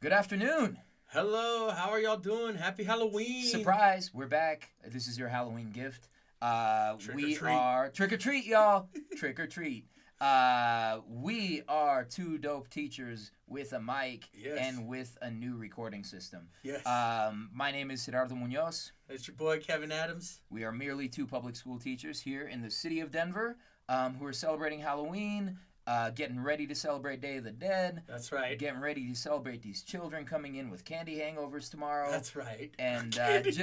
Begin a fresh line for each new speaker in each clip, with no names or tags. Good afternoon.
Hello, how are y'all doing? Happy Halloween!
Surprise, we're back. This is your Halloween gift. Uh,
Trick or
we
treat.
are trick or treat, y'all. trick or treat. Uh, we are two dope teachers with a mic
Yes.
and with a new recording system.
Yes.
Um, my name is Siddhartha Munoz.
it's your boy Kevin Adams.
We are merely two public school teachers here in the city of Denver um, who are celebrating Halloween, uh, getting ready to celebrate Day of the Dead,
That's right.
getting ready to celebrate these children coming in with candy hangovers tomorrow.
That's right.
and uh,
Candy
ju-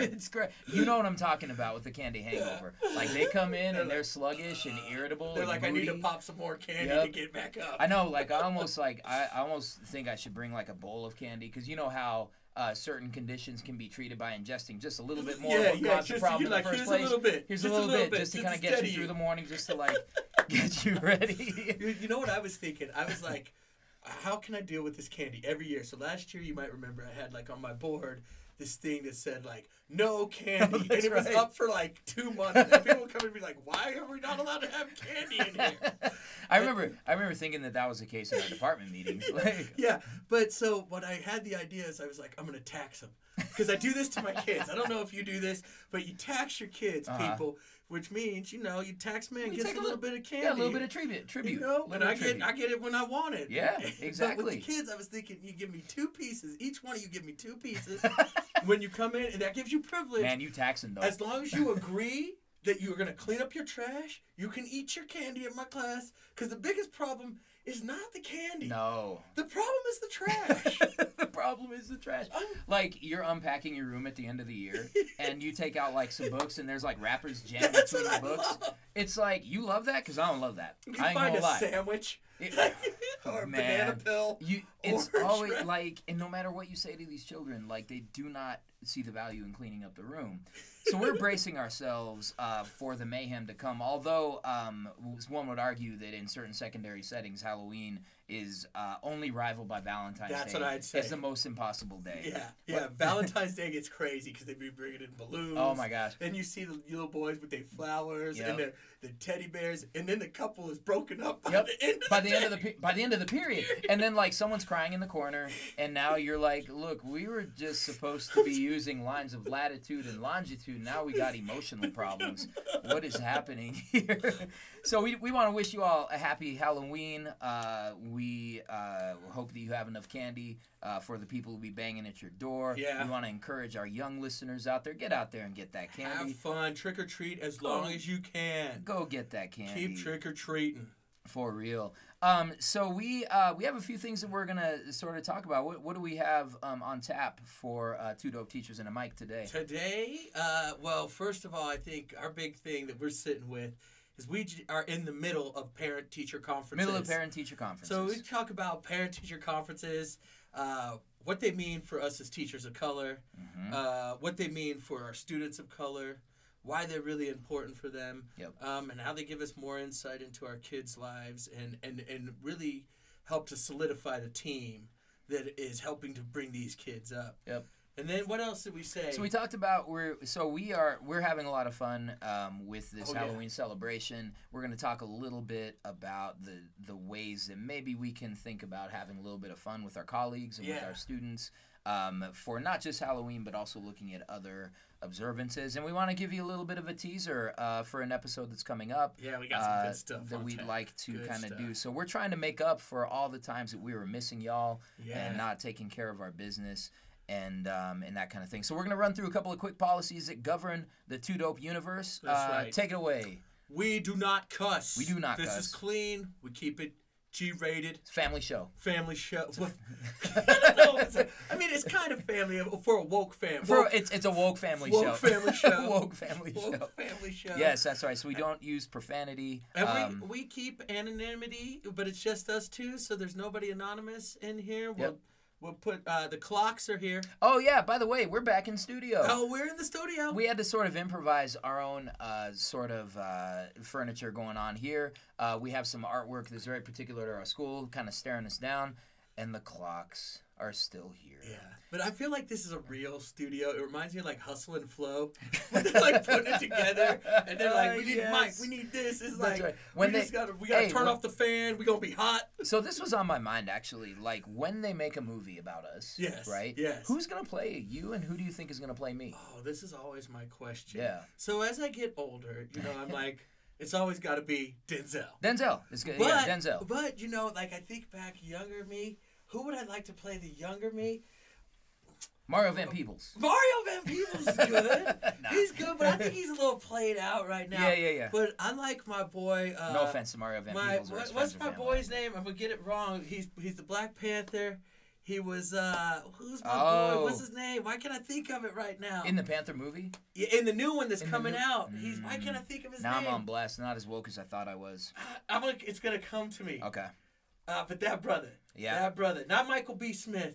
it's great. You know what I'm talking about with the candy hangover. Like they come in and they're sluggish and irritable.
They're
and
like, I need to
moody."
pop some more candy
Yep.
to get back up.
I know. Like I almost like I, I almost think I should bring like a bowl of candy because you know how. Uh, certain conditions can be treated by ingesting just a little bit more
Yeah,
of what
yeah,
caused the
just-
problem in
you're
the
like,
first
"Here's a
place.
little bit,
here's a little, bit, just to
just
kind
to
of get
steady
you through
you."
the morning, just to like get you ready.
You, you know what I was thinking? I was like, how can I deal with this candy every year? So last year, you might remember, I had like on my board this thing that said like no candy,
Oh,
and
that's
it was
right.
up for like two months. And people would come and be like, why are we not allowed to have candy in here?
I remember, I remember thinking that that was the case in our department meetings. Like,
yeah, but so when I had the idea is I was like, I'm gonna tax them because I do this to my kids. I don't know if you do this, but you tax your kids,
Uh-huh.
people, which means you know you tax man
You
gets a
take a
little,
little-
bit of candy.
yeah, a little bit of tribute, tribute.
you know,
little
and
bit
I
of
get
tribute.
I get it when I want it.
Yeah,
But with the
exactly.
kids, I was thinking, you give me two pieces. Each one of you give me two pieces when you come in, and that gives you privilege.
Man, you taxing though.
As long as you agree that you're going to clean up your trash, you can eat your candy at my class. Because the biggest problem is not the candy.
No.
The problem is the trash.
the problem is the trash. Like you're unpacking your room at the end of the year, and you take out like some books, and there's like wrappers jammed
That's
between
what
the
I
books.
love.
It's like you love that because I don't love that.
you
I ain't
find
gonna
a
lie.
sandwich
It-
or a banana
Man.
pill.
you, it's
Orange
always
wrap.
like, and no matter what you say to these children, like they do not see the value in cleaning up the room. So we're bracing ourselves uh, for the mayhem to come. Although um, one would argue that in certain secondary settings, Halloween is uh, only rivaled by Valentine's
That's
Day.
what I'd say.
It's the most impossible day.
Yeah, yeah. Valentine's Day gets crazy because they be bringing in balloons.
Oh my gosh.
Then you see the little boys with their flowers
Yep.
and their, their teddy bears, and then the couple is broken up by
Yep.
the end of
by
the
the
day.
end of the pe- by the end of the period, and then like someone's crying in the corner, and now you're like, look, we were just supposed to be using lines of latitude and longitude. Now we got emotional problems. What is happening here? So we, we want to wish you all a happy Halloween. Uh, we uh, hope that you have enough candy uh, for the people who be banging at your door.
Yeah.
We want to encourage our young listeners out there. Get out there and get that
Have
candy.
fun, trick or treat as
Go.
long as you can.
Go get that candy.
Keep trick or treating.
For real. Um, so we uh, we have a few things that we're gonna sort of talk about. What, what do we have um, on tap for uh, two dope teachers and a mic today?
Today, uh, well, first of all, I think our big thing that we're sitting with is we j- are in the middle of parent teacher conferences.
Middle of parent teacher conferences.
So we talk about parent teacher conferences, uh, what they mean for us as teachers of color,
Mhm.
uh, what they mean for our students of color, why they're really important for them,
Yep.
um, and how they give us more insight into our kids' lives and, and, and really help to solidify the team that is helping to bring these kids up.
Yep.
And then what else did we say?
So we talked about we're so we are we're having a lot of fun um, with this
Oh, yeah.
Halloween celebration. We're going to talk a little bit about the the ways that maybe we can think about having a little bit of fun with our colleagues and with
Yeah.
our students um, for not just Halloween but also looking at other observances. And we want to give you a little bit of a teaser uh, for an episode that's coming up
yeah, we got some
uh,
good stuff
that
on
we'd
tap.
like to
Good
kind of
stuff.
do. So we're trying to make up for all the times that we were missing y'all
Yeah.
and not taking care of our business and um, and that kind of thing. So we're gonna run through a couple of quick policies that govern the two dope universe.
That's
uh,
right.
Take it away.
We do not cuss.
We do not
this
cuss.
This is clean. We keep it G-rated.
It's a family show.
family show. What? I don't know. It's a- I mean, it's kind of family for a woke family.
For, it's it's a woke family
woke
show.
family show.
woke family
woke
show.
family show.
Yes, that's right. So we don't use profanity.
And
Um,
we, we keep anonymity, but it's just us two, so there's nobody anonymous in here. We'll,
Yep.
we'll put uh, the clocks are here.
oh yeah. By the way, we're back in studio.
Oh, we're in the studio.
We had to sort of improvise our own uh, sort of uh, furniture going on here. Uh, we have some artwork that's very particular to our school, kind of staring us down. and the clocks are still here.
Yeah, but I feel like this is a real studio. It reminds me of like Hustle and Flow. when they're like putting it together, and they're like, "We need
Yes.
mic, we need this." It's
That's
like
right. When
we
they-
just gotta we gotta
Hey,
turn
when-
off the fan. We gonna be hot.
So this was on my mind actually, like when they make a movie about us.
Yes,
Right?
yes.
Who's gonna play you and who do you think is gonna play me?
Oh, this is always my question.
Yeah.
So as I get older, you know, I'm like, it's always gotta be Denzel.
Denzel is gonna
But
yeah, Denzel.
But you know, like I think back, younger me. Who would I like to play the younger me?
Mario Van Peebles.
Mario Van Peebles is good.
Nah.
He's good, but I think he's a little played out right now.
Yeah, yeah, yeah.
But unlike my boy. Uh,
no offense to Mario Van
my
Peebles. or
what-
his friends
what's
or
my
family.
boy's name? I'm gonna get it wrong. He's he's the Black Panther. He was uh who's my boy? What's
Oh.
his name? Why can't I think of it right now?
In the Panther movie?
Yeah, in the new one that's
in the
coming
new-
out, he's why
Mm.
can't I think of his
Now
name? Ah,
I'm on blast, not as woke as I thought I was.
I'm gonna, it's gonna come to me.
Okay.
Uh, but that brother,
Yeah.
that brother, not Michael B. Smith,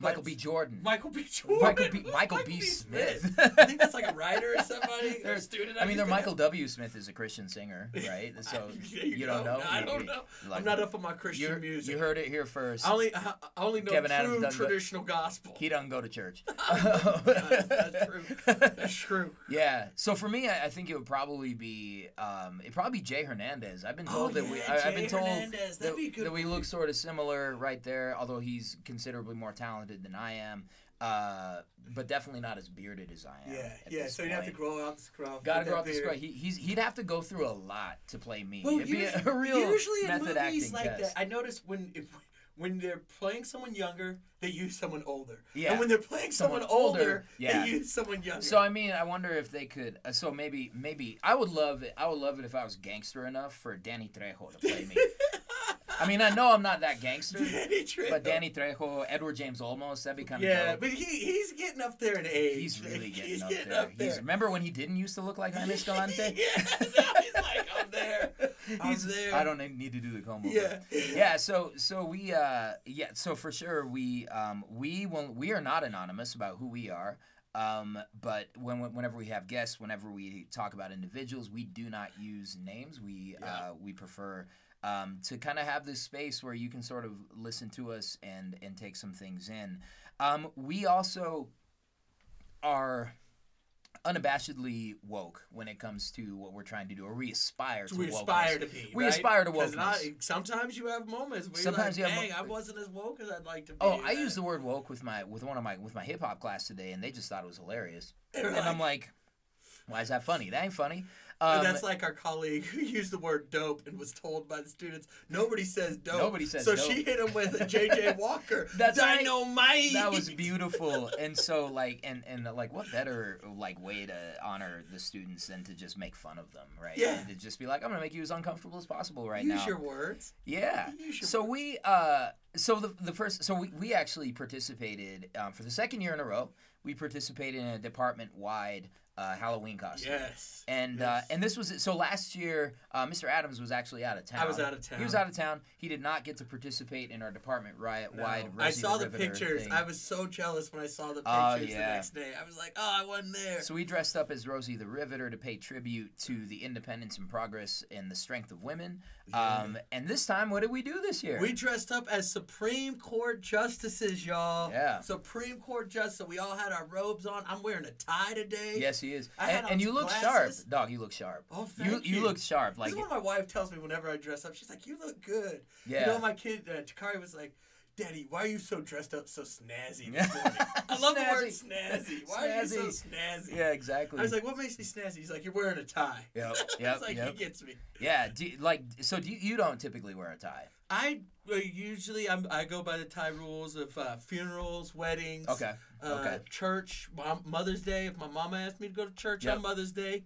but
Michael B. Jordan.
Michael B. Jordan,
Michael B.
Who's
Michael B. Smith.
I think that's like a writer or somebody, or a
There's-
student.
I mean,
used
they're
to have.
Michael W. Smith is a Christian singer, right? So
There you
you don't
go.
know.
I
You-
don't
you-
know.
like-
I'm not up on my
you-
Christian music.
You heard it here first.
I only I I only know
Kevin Adams
true
doesn't go-
traditional gospel.
He doesn't go to church.
that's true. That's true.
Yeah. So for me, I, I think it would probably be um, it probably be Jay Hernandez. I've been
Oh,
told that we
yeah,
I, I've been
Jay
told
Hernandez. That'd
that,
be a good
that we look sort of similar right there, although he's considerably more talented than I am. Uh, but definitely not as bearded as I am.
Yeah,
at
yeah.
this
So you have to
point.
grow out the scruff.
Gotta
get that
grow up the
beard.
scrub. He, he's he'd have to go through a lot to play me.
Well,
It'd be a,
usually-
a real
usually in
method
movies
acting
like
test.
that, I notice when if, when they're playing someone younger, they use someone older.
Yeah.
And when they're playing someone,
Someone
older,
older, yeah.
they use someone younger.
So I mean, I wonder if they could. Uh, so maybe, maybe I would love it. I would love it if I was gangster enough for Danny Trejo to play me. I mean, I know I'm not that gangster,
Danny Trejo.
but Danny Trejo, Edward James Olmos, that'd be kind of
Yeah,
dope.
but he he's getting up there in age.
He's really
Like,
getting,
he's
up,
getting
there.
up there.
He's, remember when he didn't used to look like Jaime Escalante?
yeah, now he's like I'm there. I'm
He's-
there.
I don't need to do the comb over.
Yeah.
yeah so so we uh yeah so for sure we um we will we are not anonymous about who we are um but when when- whenever we have guests whenever we talk about individuals we do not use names we
Yeah.
uh we prefer um to kind of have this space where you can sort of listen to us and and take some things in um we also are unabashedly woke when it comes to what we're trying to do or we aspire to
we
wokeness.
aspire to be.
We
right?
aspire to
'Cause not-
wokeness.
Sometimes you have moments where
Sometimes
you're
you
like,
have
dang, I
mo-
wasn't as woke as I'd like to be.
Oh, I used the word woke with my with one of my with my hip hop class today, and they just thought it was hilarious.
They're
and
like-
I'm like, why is that funny? That ain't funny.
And
Um,
that's like our colleague who used the word dope and was told by the students, nobody says dope.
Nobody says
so
dope.
she hit him with a JJ Walker.
That's right.
Dynamite.
that was beautiful. and so like and and like what better like way to honor the students than to just make fun of them, right?
Yeah.
And to just be like, I'm gonna make you as uncomfortable as possible right
Use
now.
your words.
Yeah.
You should
So we uh so the the first so we, we actually participated um, for the second year in a row. We participated in a department wide uh, Halloween costume.
Yes.
And uh,
Yes.
and this was so last year, uh, Mr. Adams was actually out of town.
I was out of town.
He was out of town. He did not get to participate in our department riot
No.
wide.
I
Rosie
saw the,
Riveter
pictures.
thing.
I was so jealous when I saw the pictures
Oh,
the
yeah.
next day. I was like, oh, I wasn't there.
So we dressed up as Rosie the Riveter to pay tribute to the independence and progress and the strength of women. Um, and this time, what did we do this year?
We dressed up as Supreme Court justices, y'all.
Yeah.
Supreme Court justice. We all had our robes on. I'm wearing a tie today.
yes, he is.
I
and
had on
and you
some
look
glasses.
sharp, dog. You look sharp.
Oh, thank
you.
you.
look sharp.
This
Like
is what my wife tells me whenever I dress up. She's like, "You look good."
yeah.
You know, my kid uh, Takari was like, "Daddy, why are you so dressed up so snazzy this morning?" I love the word snazzy. Why are you so snazzy?
yeah, exactly.
I was like, "What makes me snazzy?" He's like, "You're wearing a tie."
Yep,
I
yep,
was like,
yep.
"He gets me."
yeah, do, you- like so. Do you, you don't typically wear a tie?
I uh, usually I'm, I go by the tie rules of uh, funerals, weddings.
Okay.
uh,
Okay.
church, mom, Mother's Day. If my mama asked me to go to church
Yep.
on Mother's Day,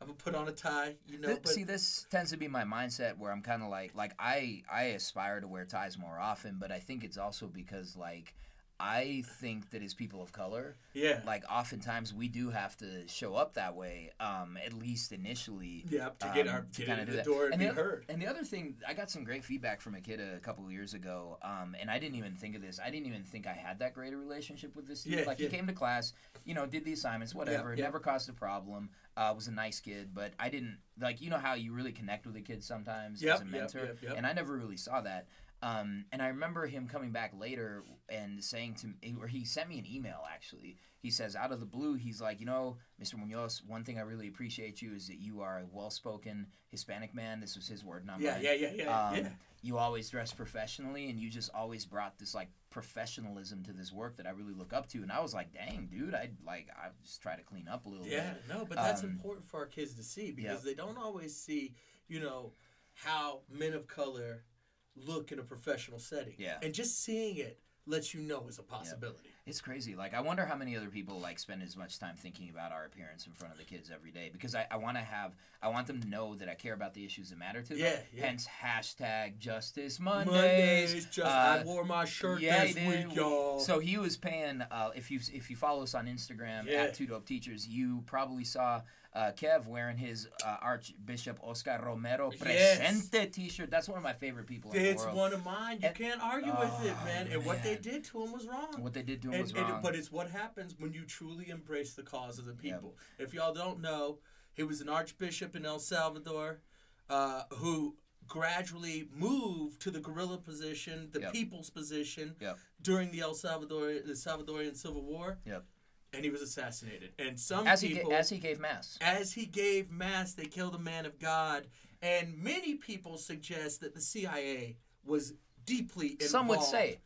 I'm gonna put on a tie. You know,
Th-
but
See, this tends to be my mindset where I'm kind of like, like I, I aspire to wear ties more often, but I think it's also because like, I think that as people of color,
yeah,
like oftentimes we do have to show up that way, um, at least initially.
yeah, to get
um,
our
to
get
kinda
in
do
the
that.
door and,
And
be
the oth-
heard.
And the other thing, I got some great feedback from a kid a couple of years ago, um, and I didn't even think of this. I didn't even think I had that great a relationship with this dude.
Yeah,
like
yeah.
he came to class, you know, did the assignments, whatever,
yeah.
never caused a problem. Uh, was a nice kid, but I didn't like you know how you really connect with a kid sometimes
Yep,
as a
yep,
mentor,
yep, yep.
and I never really saw that. Um, and I remember him coming back later and saying to me, or he sent me an email actually. He says, out of the blue, he's like, you know, Mr. Munoz, one thing I really appreciate you is that you are a well spoken Hispanic man. This was his word, not
Yeah,
mine.
yeah, yeah, yeah,
Um,
yeah.
You always dress professionally, and you just always brought this like professionalism to this work that I really look up to. And I was like, dang, dude, I like I just try to clean up a little
Yeah,
bit.
no, but that's
Um,
important for our kids to see because
yeah.
they don't always see, you know, how men of color look in a professional setting.
Yeah.
And just seeing it lets you know it's a possibility.
It's crazy. Like I wonder how many other people like spend as much time thinking about our appearance in front of the kids every day because I, I want to have I want them to know that I care about the issues that matter to
Yeah,
them.
yeah.
Hence hashtag Justice
Mondays,
Mondays.
just I
uh,
wore my shirt
yeah,
this
he
week,
did.
y'all.
So he was paying. Uh, if you if you follow us on Instagram
Yeah.
at Two Dope Teachers, you probably saw uh, Kev wearing his uh, Archbishop Oscar Romero
Yes.
Presente T-shirt. That's one of my favorite people in
it's
the world.
one of mine. You
And-
can't argue with it,
Oh,
man. And what they
man.
did to him was wrong.
What they did to him
And-
was
and-
wrong.
but it's what happens when you truly embrace the cause of the
Yeah.
people. If y'all don't know, he was an archbishop in El Salvador uh, who gradually moved to the guerrilla position, the
Yep.
people's position
Yep.
during the El Salvador the Salvadorian Civil War.
Yep.
And he was assassinated. And some
as he
people
ga- as he gave mass.
as he gave mass, they killed a man of God. And many people suggest that the CIA was deeply involved
Some would say.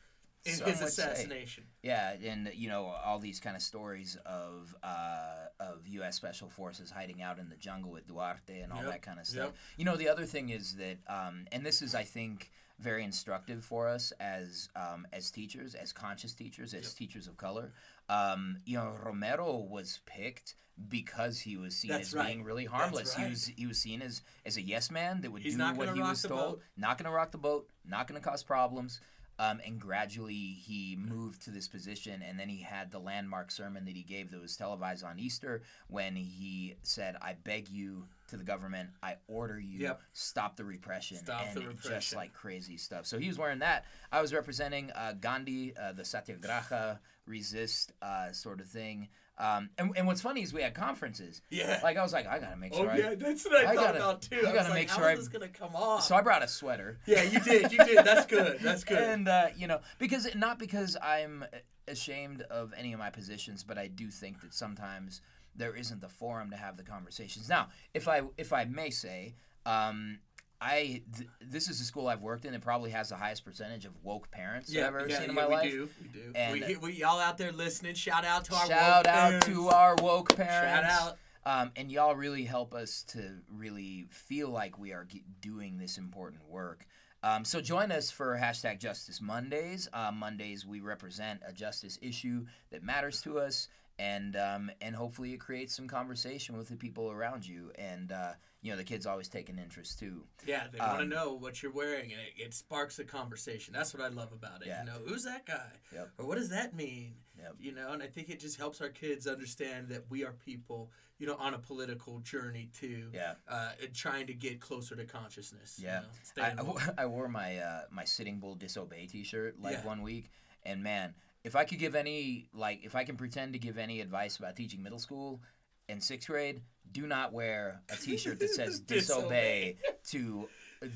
in
some
his
would say.
assassination.
Yeah, and you know all these kind of stories of uh, of U.S. special forces hiding out in the jungle with Duarte and all
Yep,
that kind of stuff. You know, the other thing is that, um, and this is, I think, very instructive for us as um, as teachers, as conscious teachers, as
Yep.
teachers of color. Um, you know, Romero was picked because he was seen
That's
as
right.
being really harmless.
right.
He was he was seen as as a yes man that would
He's
do
not
what
gonna
he
rock
was
the
told,
boat.
not going to rock the boat, not going to cause problems. Um, and gradually he moved to this position, and then he had the landmark sermon that he gave that was televised on Easter when he said, "I beg you." To the government, I order you
Yep.
stop the repression
Stop
and
the
just
repression.
like crazy stuff. So he was wearing that. I was representing uh, Gandhi, uh, the Satyagraha resist uh, sort of thing. Um, and, and what's funny is we had conferences.
Yeah.
Like I was like, I gotta make
Oh
sure. I...
yeah, that's what I,
I
thought
gotta-
about too.
I
I, was
gotta
like,
make
how
sure
is
I-
this gonna come off?
So I brought a sweater.
yeah, you did, you did. That's good. That's good.
And uh, you know, because not because I'm ashamed of any of my positions, but I do think that sometimes there isn't the forum to have the conversations. Now, if I if I may say, um, I th- this is a school I've worked in that probably has the highest percentage of woke parents that I've ever seen in my
we
life.
Do, we do.
And-
we, hit- we y'all out there listening? Shout out to our
Shout
woke
out
parents.
to our woke parents.
out.
Um, and y'all really help us to really feel like we are ge- doing this important work. Um, so join us for hashtag Justice Mondays. Uh, Mondays we represent a justice issue that matters to us, and um, and hopefully it creates some conversation with the people around you. And uh, you know the kids always take an interest too.
Yeah, they want to
Um,
know what you're wearing, and it, it sparks a conversation. That's what I love about it.
Yeah.
You know, who's that guy,
Yep.
or what does that mean?
Yep.
You know, and I think it just helps our kids understand that we are people. You know, on a political journey too.
Yeah.
Uh, and trying to get closer to consciousness. you
Yeah.
know,
I,
staying
I
woke.
wo- I wore my uh, my sitting bull disobey T-shirt like
Yeah.
one week, and man, if I could give any like if I can pretend to give any advice about teaching middle school and sixth grade, do not wear a T-shirt that says disobey to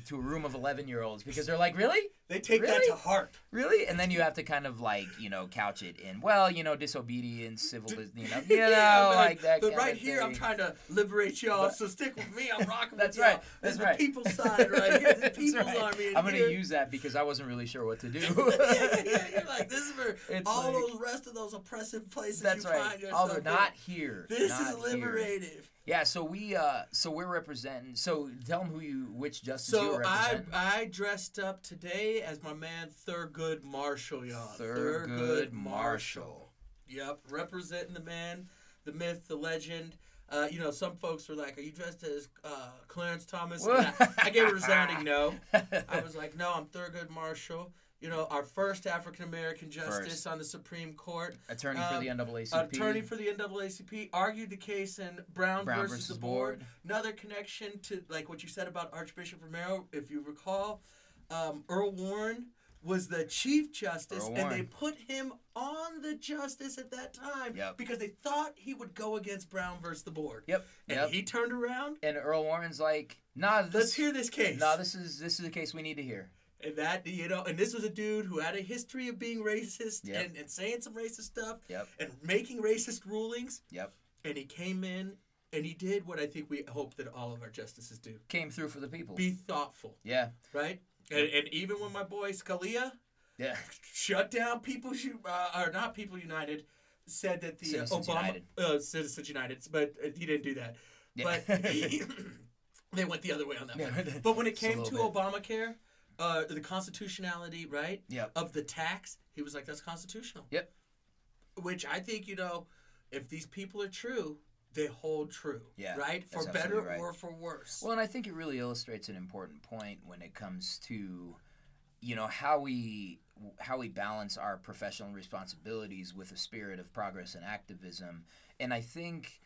to a room of eleven year olds because they're like really.
They take that
Really?
to heart.
Really, and then you have to kind of like you know couch it in well you know disobedience, civil you know you know
man.
like that.
But
kind
right
of
here, I'm
thing.
trying to liberate y'all. so stick with me. I'm rocking.
That's
with y'all.
right. That's
This is
right.
the people's side, right? Here. The
That's
people's
right.
army. in
I'm gonna
here.
use that because I wasn't really sure what to do.
yeah, yeah, you're like this is for
It's
all
like-
the rest of those oppressive places
That's
you
right.
find yourself.
Although
in.
not here.
This
not
is
Here.
liberative.
Yeah. So we. Uh, so we're representing. So tell them who you, which justice you
So
were
I
representing.
I dressed up today as my man Thurgood Marshall, y'all.
Thurgood Marshall.
Yep, representing the man, the myth, the legend. Uh, you know, some folks were like, "Are you dressed as uh, Clarence Thomas?" And I, I gave a resounding no. I was like, "No, I'm Thurgood Marshall." You know, our first African American justice
First.
on the Supreme Court.
attorney for
um,
the NAACP.
Attorney for the NAACP argued the case in Brown,
Brown
versus,
versus
the board.
Board.
Another connection to like what you said about Archbishop Romero, if you recall, um, Earl Warren was the Chief Justice,
Earl
and they
Warren.
put him on the justice at that time
Yep.
because they thought he would go against Brown versus the board.
Yep.
And
yep.
he turned around.
and Earl Warren's like, nah. This,
Let's hear this case.
Nah, this is this is the case we need to hear.
And that you know, and this was a dude who had a history of being racist
Yep.
and, and saying some racist stuff
Yep.
and making racist rulings.
Yep.
And he came in and he did what I think we hope that all of our justices do:
Came through for the people.
be thoughtful,
yeah.
right? And, and even when my boy Scalia
Yeah.
shut down People U- uh, or not People United, said that the
Citizens
uh, Obama
United.
Uh, Citizens United, but uh, he didn't do that.
Yeah.
But they went the other way on that one.
Yeah.
But when it
Just a
came to
little
Obamacare, uh, the constitutionality, right,
Yep.
of the tax, he was like, "That's constitutional."
Yep.
Which I think you know, if these people are true, they hold true.
Yeah,
Right,
that's
for better
absolutely right.
or for worse.
Well, and I think it really illustrates an important point when it comes to, you know, how we how we balance our professional responsibilities with a spirit of progress and activism. And I think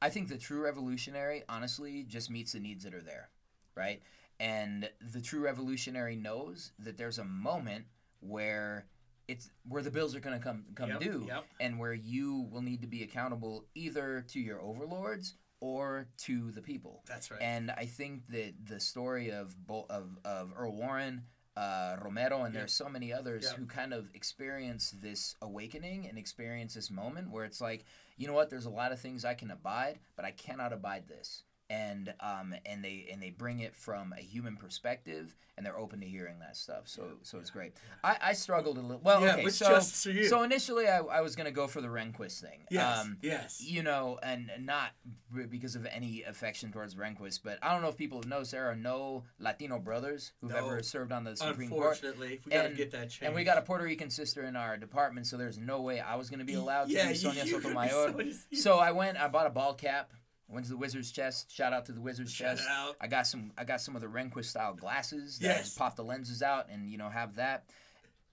I think the true revolutionary honestly just meets the needs that are there, right? And the true revolutionary knows that there's a moment where it's where the bills are going to come come
Yep,
due
yep.
and where you will need to be accountable either to your overlords or to the people.
That's right.
And I think that the story of Bo- of of Earl Warren, uh, Romero, and there's so many others
Yep.
who kind of experience this awakening and experience this moment where it's like, you know what? There's a lot of things I can abide, but I cannot abide this. And um and they and they bring it from a human perspective, and they're open to hearing that stuff. So so it's great. I, I struggled a little. Well,
Yeah,
okay.
which
So
justice are you?
so um, initially I, I was gonna go for the Rehnquist thing.
yes.
Um,
yes.
you know, and not b- because of any affection towards Rehnquist, but I don't know if people have noticed there are no Latino brothers who've
No.
ever served on the Supreme Court.
Unfortunately, we got to
And-
get that changed.
And we got a Puerto Rican sister in our department, so there's no way I was going to be allowed to
yeah,
be Sonia
you- you could be
Sotomayor.
Sonia's-
So I went, I bought a ball cap, went to the Wizard's Chest. Shout out to the Wizard's
Shout
Chest.
out.
I got some, I got some of the Rehnquist style glasses. That
Yes.
Pop the lenses out and you know have that.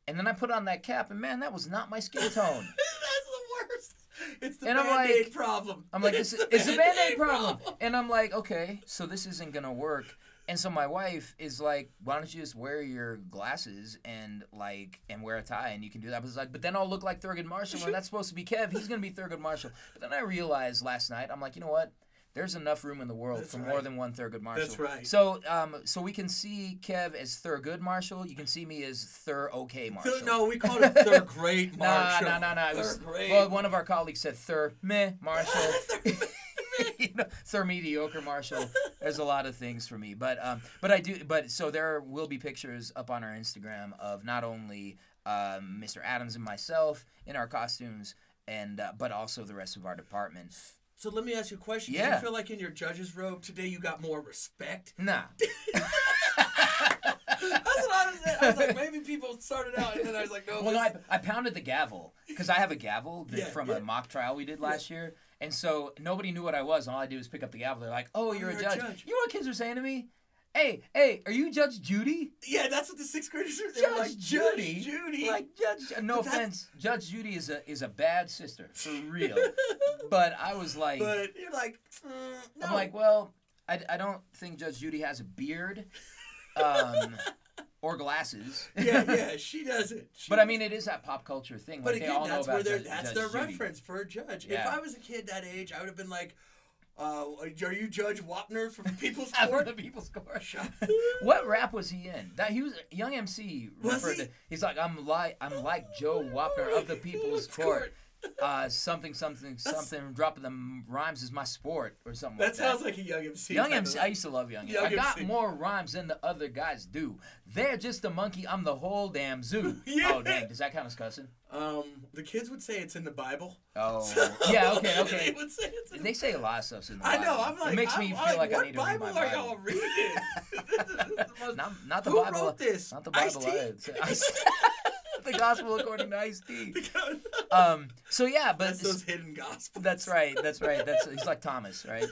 And then I put on that cap, and man, that was not my skin tone.
That's the worst. It's the
And I'm
band aid
like-
problem.
I'm like, this is,
the
it's a band aid problem. And I'm like, okay, so this isn't going to work. And so my wife is like, why don't you just wear your glasses and like and wear a tie and you can do that. But it's like, but then I'll look like Thurgood Marshall and that's supposed to be Kev. He's gonna be Thurgood Marshall. But then I realized last night, I'm like, you know what? There's enough room in the world
That's
for
right.
more than one Thurgood Marshall.
right.
So um so we can see Kev as Thurgood Marshall. You can see me as Thur OK Marshall.
Th- no, we called it third grade
No,
Marshall.
no, no, no. It was,
Third grade.
well, one of our colleagues said Thur meh Marshall. you know, Thur mediocre Marshall. There's a lot of things for me, but um, but I do, but so there will be pictures up on our Instagram of not only um, Mr. Adams and myself in our costumes, and uh, but also the rest of our department.
so let me ask you a question. Do
Yeah.
you feel like in your judge's robe today you got more respect?
Nah,
That's what I was I was like, maybe people started out, and then I was like, no.
Well, no,
this-
I, I pounded the gavel because I have a gavel that,
Yeah,
from
yeah.
a mock trial we did last year. And so nobody knew what I was. And all I did was pick up the gavel. They're like, oh, you're, a, judge. You know what kids were saying to me? Hey, hey, are you Judge Judy?
yeah, that's what the sixth graders were they were
Judge
like.
Judy?
Judge Judy.
Like Judge, no
But that's-
offense, Judge Judy is a is a bad sister for real. but I was like,
but you're like, mm, no.
I'm like, well, I, I don't think Judge Judy has a beard, um, or glasses.
yeah, yeah, she doesn't. She
But I mean, it is that pop culture thing.
But
like, they
again,
all
that's
know
where
about
their
Judge,
that's
Judge
their
Judy.
reference for a judge.
Yeah.
If I was a kid that age, I would have been like, uh, "Are you Judge Wapner from People's
Out of
Court?"
the people's court.
Shut-
What rap was he in? That he was Young MC
Was
referred
he?
to. He's like I'm like I'm like Joe Wapner of the People's Court. Uh, something something something. Dropping the rhymes is my sport or something.
That
like that.
sounds like a young MC.
Young
type of
MC, I
rap.
used to love Young MC.
Young
I got
MC.
more rhymes than the other guys do. They're just a monkey. I'm the whole damn zoo.
Yeah.
Oh dang, does that count as cussing?
Um, the kids would say it's in the Bible.
Oh yeah, okay,
they
okay.
would say it's in the
They say a lot of stuff in the
I
Bible.
know. I'm like,
it makes
I'm
me feel
like,
like, I
what
need to read
Bible
my
are
Bible.
y'all reading? This is the most-
Not, not the
Who
Bible. uh,
wrote this?
Not the
Ice-T?
Bible. uh, I- the gospel according to Ice T. Um. So yeah, but
that's those hidden gospels.
that's right. That's right. That's he's like Thomas, right?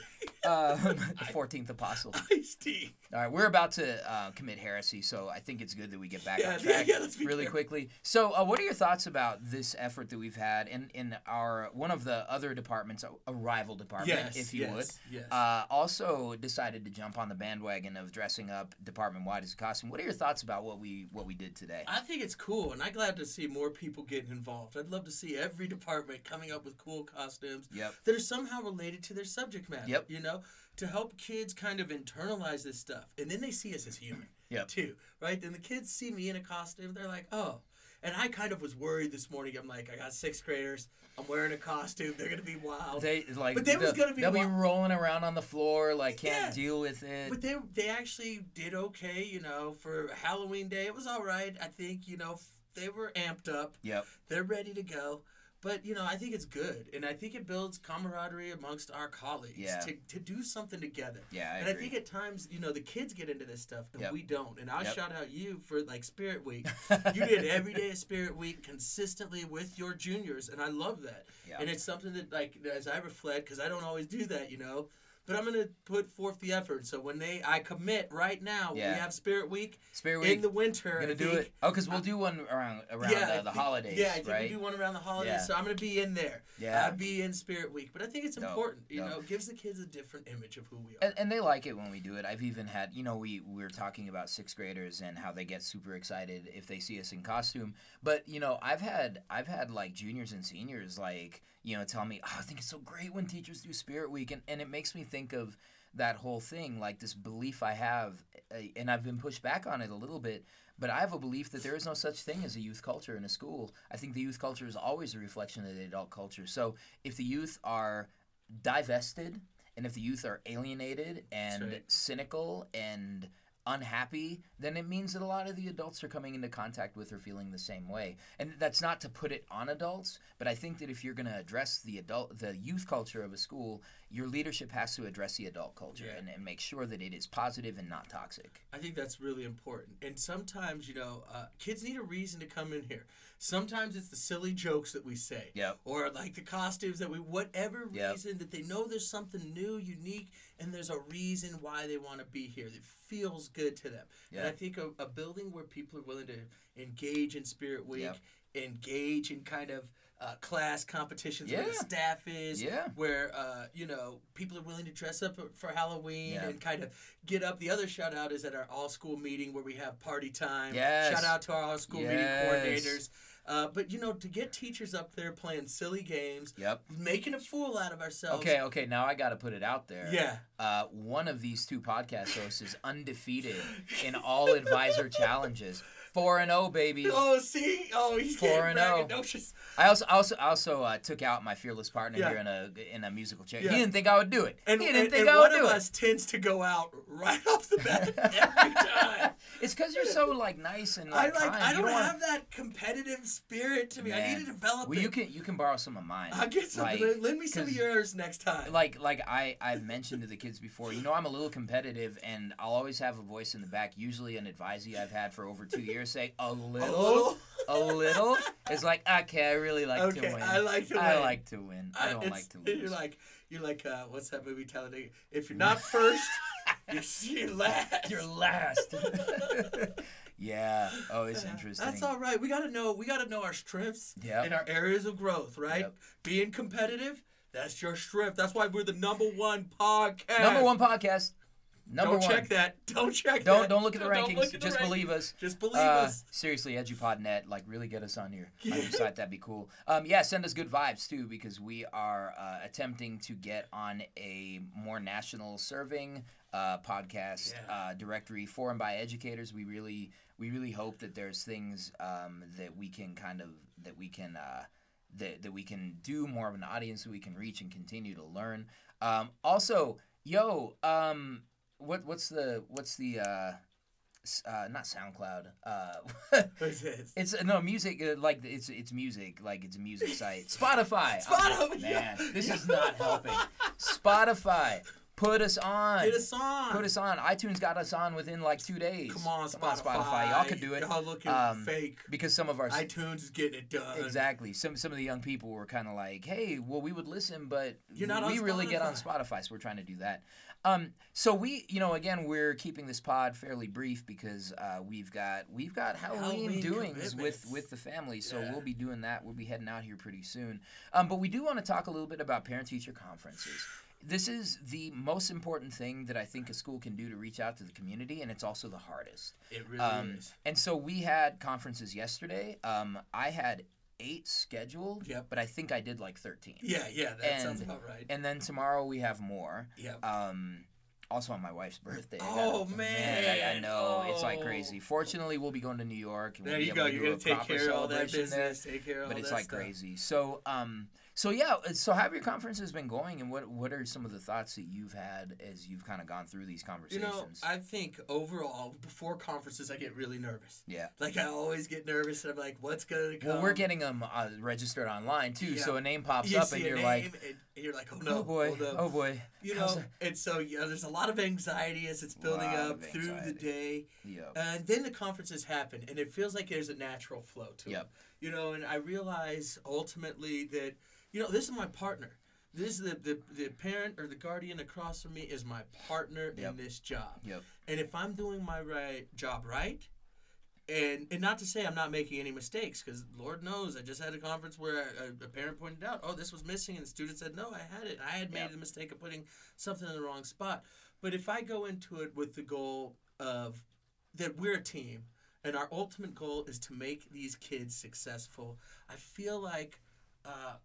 Um, the fourteenth apostle.
Ice tea.
All right, we're about to uh, commit heresy, so I think it's good that we get back
Yeah,
on
yeah,
track
yeah, let's be
really
careful.
quickly. So, uh, what are your thoughts about this effort that we've had in in our one of the other departments, a- a rival department,
Yes,
if you
yes,
would?
yes.
Uh, also decided to jump on the bandwagon of dressing up department wide as a costume. What are your thoughts about what we what we did today?
I think it's cool, and I'm glad to see more people getting involved. I'd love to see every department coming up with cool costumes
Yep.
that are somehow related to their subject matter.
Yep.
You know, to help kids kind of internalize this stuff, and then they see us as human.
Yep.
too, right? Then the kids see me in a costume, they're like, oh. And I kind of was worried this morning. I'm like, I got sixth graders. I'm wearing a costume. They're gonna be wild.
They like
But they was
they'll-
gonna be
they'll be
wa-
rolling around on the floor like can't
Yeah.
deal with it.
But they they actually did okay, you know, for Halloween Day. It was all right. I think you know f- they were amped up.
Yep.
They're ready to go. But you know, I think it's good, and I think it builds camaraderie amongst our colleagues
Yeah.
to to do something together.
Yeah, I
and
agree.
I think at times, you know, the kids get into this stuff and
Yep.
we don't. And I
Yep.
shout out you for like Spirit Week. you did every day of Spirit Week consistently with your juniors, and I love that.
Yeah.
And it's something that, like, as I reflect, because I don't always do that, you know. But I'm gonna put forth the effort. So when they, I commit right now.
Yeah.
We have Spirit Week,
Spirit week.
in the winter.
gonna
I
do
think.
it. Oh, cause we'll do one around around
I
uh, the
think-
holidays,
Yeah, I think
right?
we do one around the holidays.
Yeah.
So I'm gonna be in there.
yeah.
I'll be in Spirit Week. But I think it's
Dope,
important. You
dope.
know, it gives the kids a different image of who we are.
and, and they like it when we do it. I've even had, you know, we, we were talking about sixth graders and how they get super excited if they see us in costume. But you know, I've had I've had like juniors and seniors like you know tell me, oh, I think it's so great when teachers do Spirit Week, and and it makes me think of that whole thing, like this belief I have, uh, and I've been pushed back on it a little bit. But I have a belief that there is no such thing as a youth culture in a school. I think the youth culture is always a reflection of the adult culture. So if the youth are divested and if the youth are alienated and
right.
cynical and unhappy then it means that a lot of the adults are coming into contact with or feeling the same way and that's not to put it on adults but i think that if you're going to address the adult the youth culture of a school your leadership has to address the adult culture
Yeah.
and, and make sure that it is positive and not toxic
I think that's really important. And sometimes, you know, uh, kids need a reason to come in here. Sometimes it's the silly jokes that we say.
Yep.
Or like the costumes that we, whatever
Yep.
reason that they know there's something new, unique, and there's a reason why they want to be here that feels good to them. And
Yeah.
I think a, a building where people are willing to engage in Spirit Week,
Yep.
engage in kind of uh, class competitions where the
Yeah.
staff is,
Yeah.
where uh, you know people are willing to dress up for Halloween
Yeah.
and kind of get up. The other shout out is at our all school meeting where we have party time.
Yes.
Shout out to our all school
Yes.
meeting coordinators. Uh, but you know, to get teachers up there playing silly games,
yep
making a fool out of ourselves.
okay okay now i got to put it out there
Yeah.
uh, one of these two podcast hosts is undefeated in all advisor challenges 4 and 0 baby
Oh, see, oh, he's
Four
getting
and oh.
braggadocious.
I also also also uh, took out my fearless partner
Yeah.
here in a in a musical chair.
Yeah.
He didn't think I would do it.
And,
he didn't
and,
think
and
I
one
would
of
do
us tends to go out right off the bat every time.
it. it's because you're so like nice and
I
like,
like,
kind.
I
You
don't,
wanna-
have that competitive spirit to me. I
Man.
need to develop
Well,
it.
you can you can borrow some of mine.
I'll get something.
Like,
Lend me some of
'cause-
yours next time.
like like I I've mentioned to the kids before. You know I'm a little competitive, and I'll always have a voice in the back. Usually an advisee I've had for over two years say a
A
little,
little.
a little. It's like okay, I really like to
Okay,
win.
I like to
I
win.
like to win. I don't
it's-
like to lose.
You're like, you're like, uh, what's that movie Talladega? If you're not first, you're, you're last.
You're last. yeah. Oh, it's
Yeah,
interesting.
Uh, That's all right. We gotta know. We gotta know our strengths
Yep.
and our areas of growth. Right.
Yep.
Being competitive. That's your strength. That's why we're the number one podcast.
Number one podcast. Number
don't
one.
check that. Don't check
Don't
that.
don't look at the
Don't
rankings.
look at the
Just
rankings.
believe us.
Just believe
Uh,
us.
seriously, EduPodNet, like really get us on your, on
Yeah.
your site. That'd be cool. Um, yeah, send us good vibes too, because we are uh, attempting to get on a more national serving uh, podcast
Yeah.
uh, directory for and by educators. We really we really hope that there's things um, that we can kind of that we can. Uh, that, that we can do more of an audience that we can reach and continue to learn. Um, also, yo, um, what what's the what's the uh, s- uh, not SoundCloud? Uh,
What's this?
it's uh, no music. Uh, like it's it's music. Like it's a music site. Spotify.
Spotify,
Oh,
yeah.
man, this is not helping. Spotify, put us on.
Get us on.
Put us on. iTunes got us on within like two days.
Come on, Spotify.
Y'all could do it
Y'all looking
Um,
fake.
because some of our
iTunes is getting it done.
Exactly. Some some of the young people were kind of like, "Hey, well, we would listen, but
You're not
we
on
really get on
Spotify."
Spotify, so we're trying to do that." Um, so we, you know, again, we're keeping this pod fairly brief because uh, we've got we've got Halloween,
Halloween
doings with
commitments.
with the family, so
Yeah.
we'll be doing that. We'll be heading out here pretty soon. Um, but we do want to talk a little bit about parent teacher conferences. This is the most important thing that I think a school can do to reach out to the community, and it's also the hardest.
It really
Um,
is.
and so we had conferences yesterday. Um, I had eight scheduled,
Yep.
but I think I did like 13.
Yeah, yeah, that sounds
and-
about right.
And then tomorrow we have more.
Yeah.
Um, Also on my wife's birthday. I
Oh,
gotta- I, I
man.
know it's like
Oh.
crazy. Fortunately, we'll be going to New York. And
There
we'll be
you
able
go.
To
You're
do
gonna
a
take
proper
care of all that
celebration there.
business. Take care of all
but it's
that
like
stuff.
crazy. So, um, so yeah. So, how have your conferences been going, and what what are some of the thoughts that you've had as you've kind of gone through these
You
conversations?
know, I think overall before conferences, I get really nervous.
Yeah.
Like I always get nervous, and I'm like, "What's gonna come?"
well, we're getting them uh, registered online too,
Um, Yeah.
so a name pops
you
up,
see
and
a
you're
name,
like,
and, and you're like, "Oh
oh,
no,
boy,
oh no."
oh boy,
you
how's
know,
that-
and so yeah, there's a lot of anxiety as it's building
Lot
up
of
through the
anxiety.
day.
Yep.
And Uh, then the conferences happen, and it feels like there's a natural flow to
Yep.
it. You know, and I realize ultimately that, you know, this is my partner. This is the, the, the parent or the guardian across from me is my partner
Yep.
in this job.
Yep.
And if I'm doing my right job right, and and not to say I'm not making any mistakes, because Lord knows I just had a conference where a, a parent pointed out, oh, this was missing, and the student said, no, I had it. I had made
Yep.
the mistake of putting something in the wrong spot. But if I go into it with the goal of that we're a team, and our ultimate goal is to make these kids successful, I feel like uh,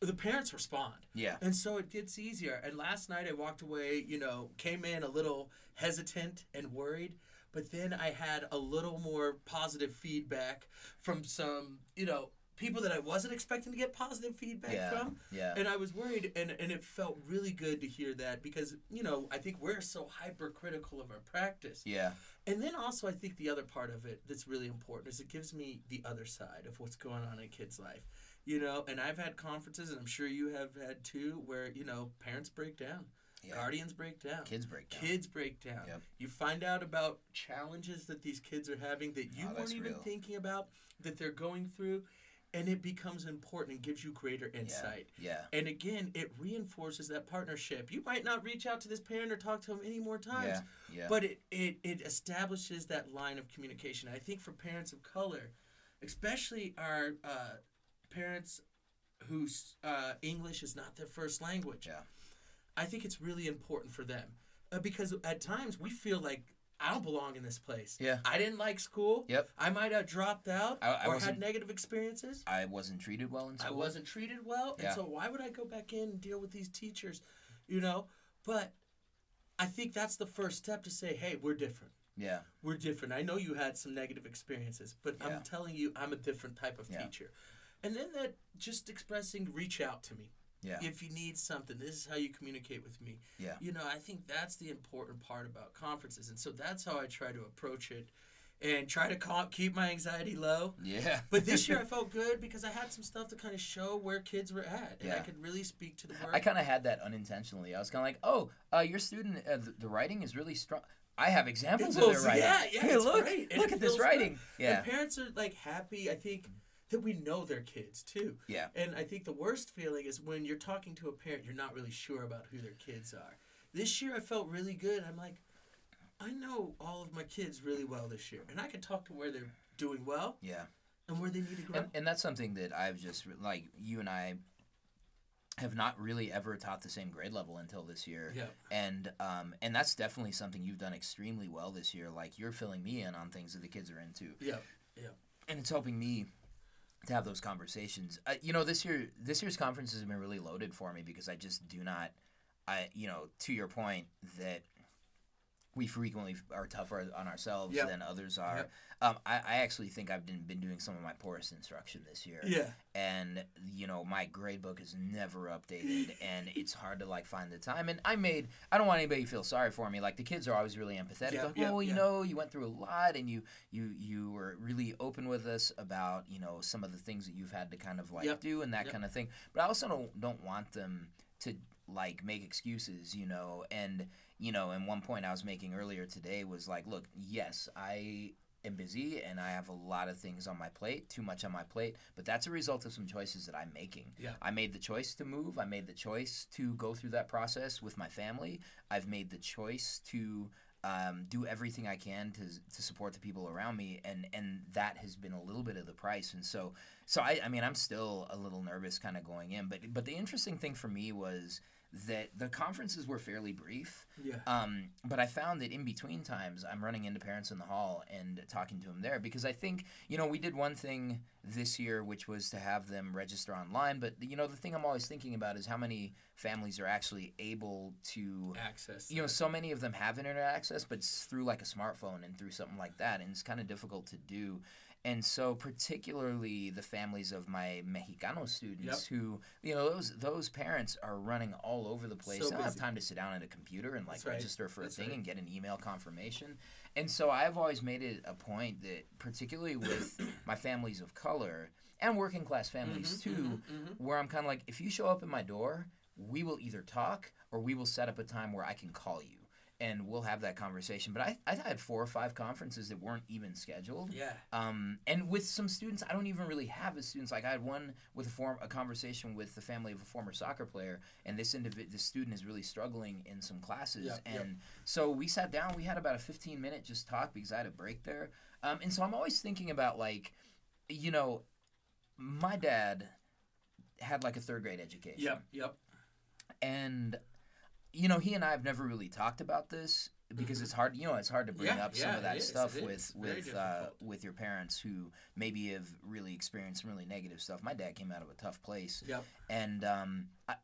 the parents respond.
Yeah.
And so it gets easier. And last night I walked away, you know, came in a little hesitant and worried, but then I had a little more positive feedback from some, you know, people that I wasn't expecting to get positive feedback
Yeah.
from.
Yeah.
And I was worried, and, and it felt really good to hear that because, you know, I think we're so hypercritical of our practice.
Yeah.
And then also, I think the other part of it that's really important is it gives me the other side of what's going on in a kid's life. You know, and I've had conferences, and I'm sure you have had too, where, you know, parents break down,
Yeah.
guardians break down,
Kids break down.
kids break down.
Yep.
You find out about challenges that these kids are having that you
Oh, that's
weren't even
real.
thinking about, that they're going through, and it becomes important and gives you greater insight.
Yeah.
And again, it reinforces that partnership. You might not reach out to this parent or talk to him any more times,
Yeah. Yeah.
but it, it, it establishes that line of communication. I think for parents of color, especially our uh, parents whose uh, English is not their first language,
Yeah.
I think it's really important for them uh, because at times we feel like I don't belong in this place.
Yeah.
I didn't like school.
Yep.
I might have dropped out
I- I
or
wasn't-
had negative experiences.
I wasn't treated well in
I
school.
wasn't treated well,
Yeah.
and so why would I go back in and deal with these teachers, you know? But I think that's the first step to say, hey, we're different.
Yeah.
We're different. I know you had some negative experiences, but
Yeah.
I'm telling you, I'm a different type of
Yeah.
teacher. And then that just expressing, reach out to me
Yeah.
if you need something. This is how you communicate with me.
Yeah.
You know, I think that's the important part about conferences, and so that's how I try to approach it, and try to ca- keep my anxiety low.
Yeah.
But this year I felt good because I had some stuff to kind of show where kids were at, and I
Yeah.
could really speak to the work.
I kind of had that unintentionally. I was kind of like, oh, uh, your student, uh, the, the writing is really strong. I have examples
It
of their
feels-
writing.
yeah, yeah,
hey,
it's
look,
great, and
look
it
at this
feels
writing. Yeah,
And parents are like happy. I think that we know their kids too.
Yeah.
And I think the worst feeling is when you're talking to a parent, you're not really sure about who their kids are. This year I felt really good. I'm like, I know all of my kids really well this year, and I could talk to where they're doing well
yeah.
and where they need to grow.
And, and that's something that I've just re- like you and I have not really ever taught the same grade level until this year.
Yep.
And um, and that's definitely something you've done extremely well this year. Like you're filling me in on things that the kids are into.
yeah.
and it's helping me to have those conversations. Uh, you know, this year this year's conference has been really loaded for me because I just do not, I you know, to your point that we frequently are tougher on ourselves
Yep.
than others are.
Yep.
Um, I, I actually think I've been, been doing some of my poorest instruction this year
Yeah.
and you know my grade book is never updated and it's hard to like find the time and i made i don't want anybody to feel sorry for me like the kids are always really empathetic
Yeah,
like
yeah,
well you
yeah.
know you went through a lot and you you you were really open with us about you know some of the things that you've had to kind of like
Yep,
do and that
yep.
kind of thing but i also don't don't want them to like make excuses you know and you know and one point i was making earlier today was like look yes i am busy and I have a lot of things on my plate, too much on my plate, but that's a result of some choices that I'm making.
Yeah.
I made the choice to move, I made the choice to go through that process with my family. I've made the choice to um, do everything I can to to support the people around me and and that has been a little bit of the price. And so So I, I mean, I'm still a little nervous, kind of going in. But but the interesting thing for me was that the conferences were fairly brief.
Yeah.
Um, but I found that in between times, I'm running into parents in the hall and talking to them there because I think, you know, we did one thing this year, which was to have them register online. But, you know, the thing I'm always thinking about is how many families are actually able to.
Access.
You know, so many of them have internet access, but it's through like a smartphone and through something like that. And it's kind of difficult to do. And so, particularly the families of my Mexicano students, who you know those those parents are running all over the place.
So
they don't have
busy.
time to sit down at a computer and like
That's right.
register for
That's
a thing
right.
and get an email confirmation. And so, I've always made it a point that, particularly with my families of color and working class
Mm-hmm,
families too, where I'm kind of like, if you show up at my door, we will either talk or we will set up a time where I can call you and we'll have that conversation. But I, I had four or five conferences that weren't even scheduled.
Yeah.
Um, and with some students, I don't even really have as students. Like I had one with a form a conversation with the family of a former soccer player, and this individ this student is really struggling in some classes.
Yeah, yeah.
and so we sat down. We had about a fifteen minute just talk because I had a break there. Um, and so I'm always thinking about like, you know, my dad had like a third grade education
Yep. Yep.
and you know he and i have never really talked about this because it's hard you know it's hard to bring
Mm-hmm. Yeah,
up some
yeah,
of that
it is,
stuff
it
with
is. Very
with uh,
difficult.
with your parents who maybe have really experienced some really negative stuff my dad came out of a tough place
Yep.
and um I,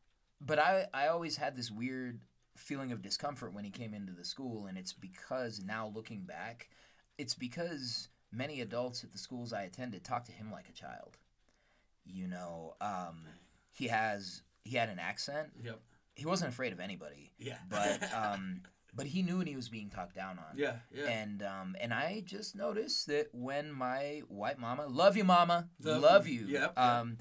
but i i always had this weird feeling of discomfort when he came into the school and it's because now looking back it's because many adults at the schools i attended talked to him like a child you know um he has he had an accent
Yep.
he wasn't afraid of anybody,
Yeah.
but um, but he knew when he was being talked down on.
yeah. Yeah.
And um, and I just noticed that when my white mama, love you, mama,
Love
love,
you.
you.
Yep, yep.
Um,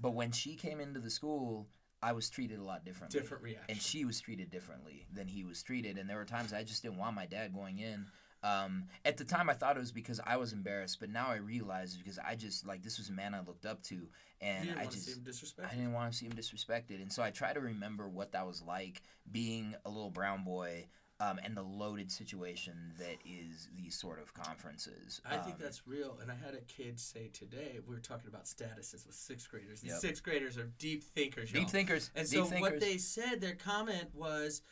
but when she came into the school, I was treated a lot differently.
Different reaction.
And she was treated differently than he was treated. And there were times I just didn't want my dad going in. Um, at the time, I thought it was because I was embarrassed, but now I realize it's because I just like this was a man I looked up to, and
you didn't
I
want to
just
see him
I
disrespected.
didn't want to see him disrespected, and so I try to remember what that was like being a little brown boy, um, and the loaded situation that is these sort of conferences.
I think
Um,
that's real. And I had a kid say today, we were talking about statuses with sixth graders. These
Yep.
sixth graders are deep thinkers, y'all.
deep thinkers.
And
deep
so
thinkers.
what they said, their comment was,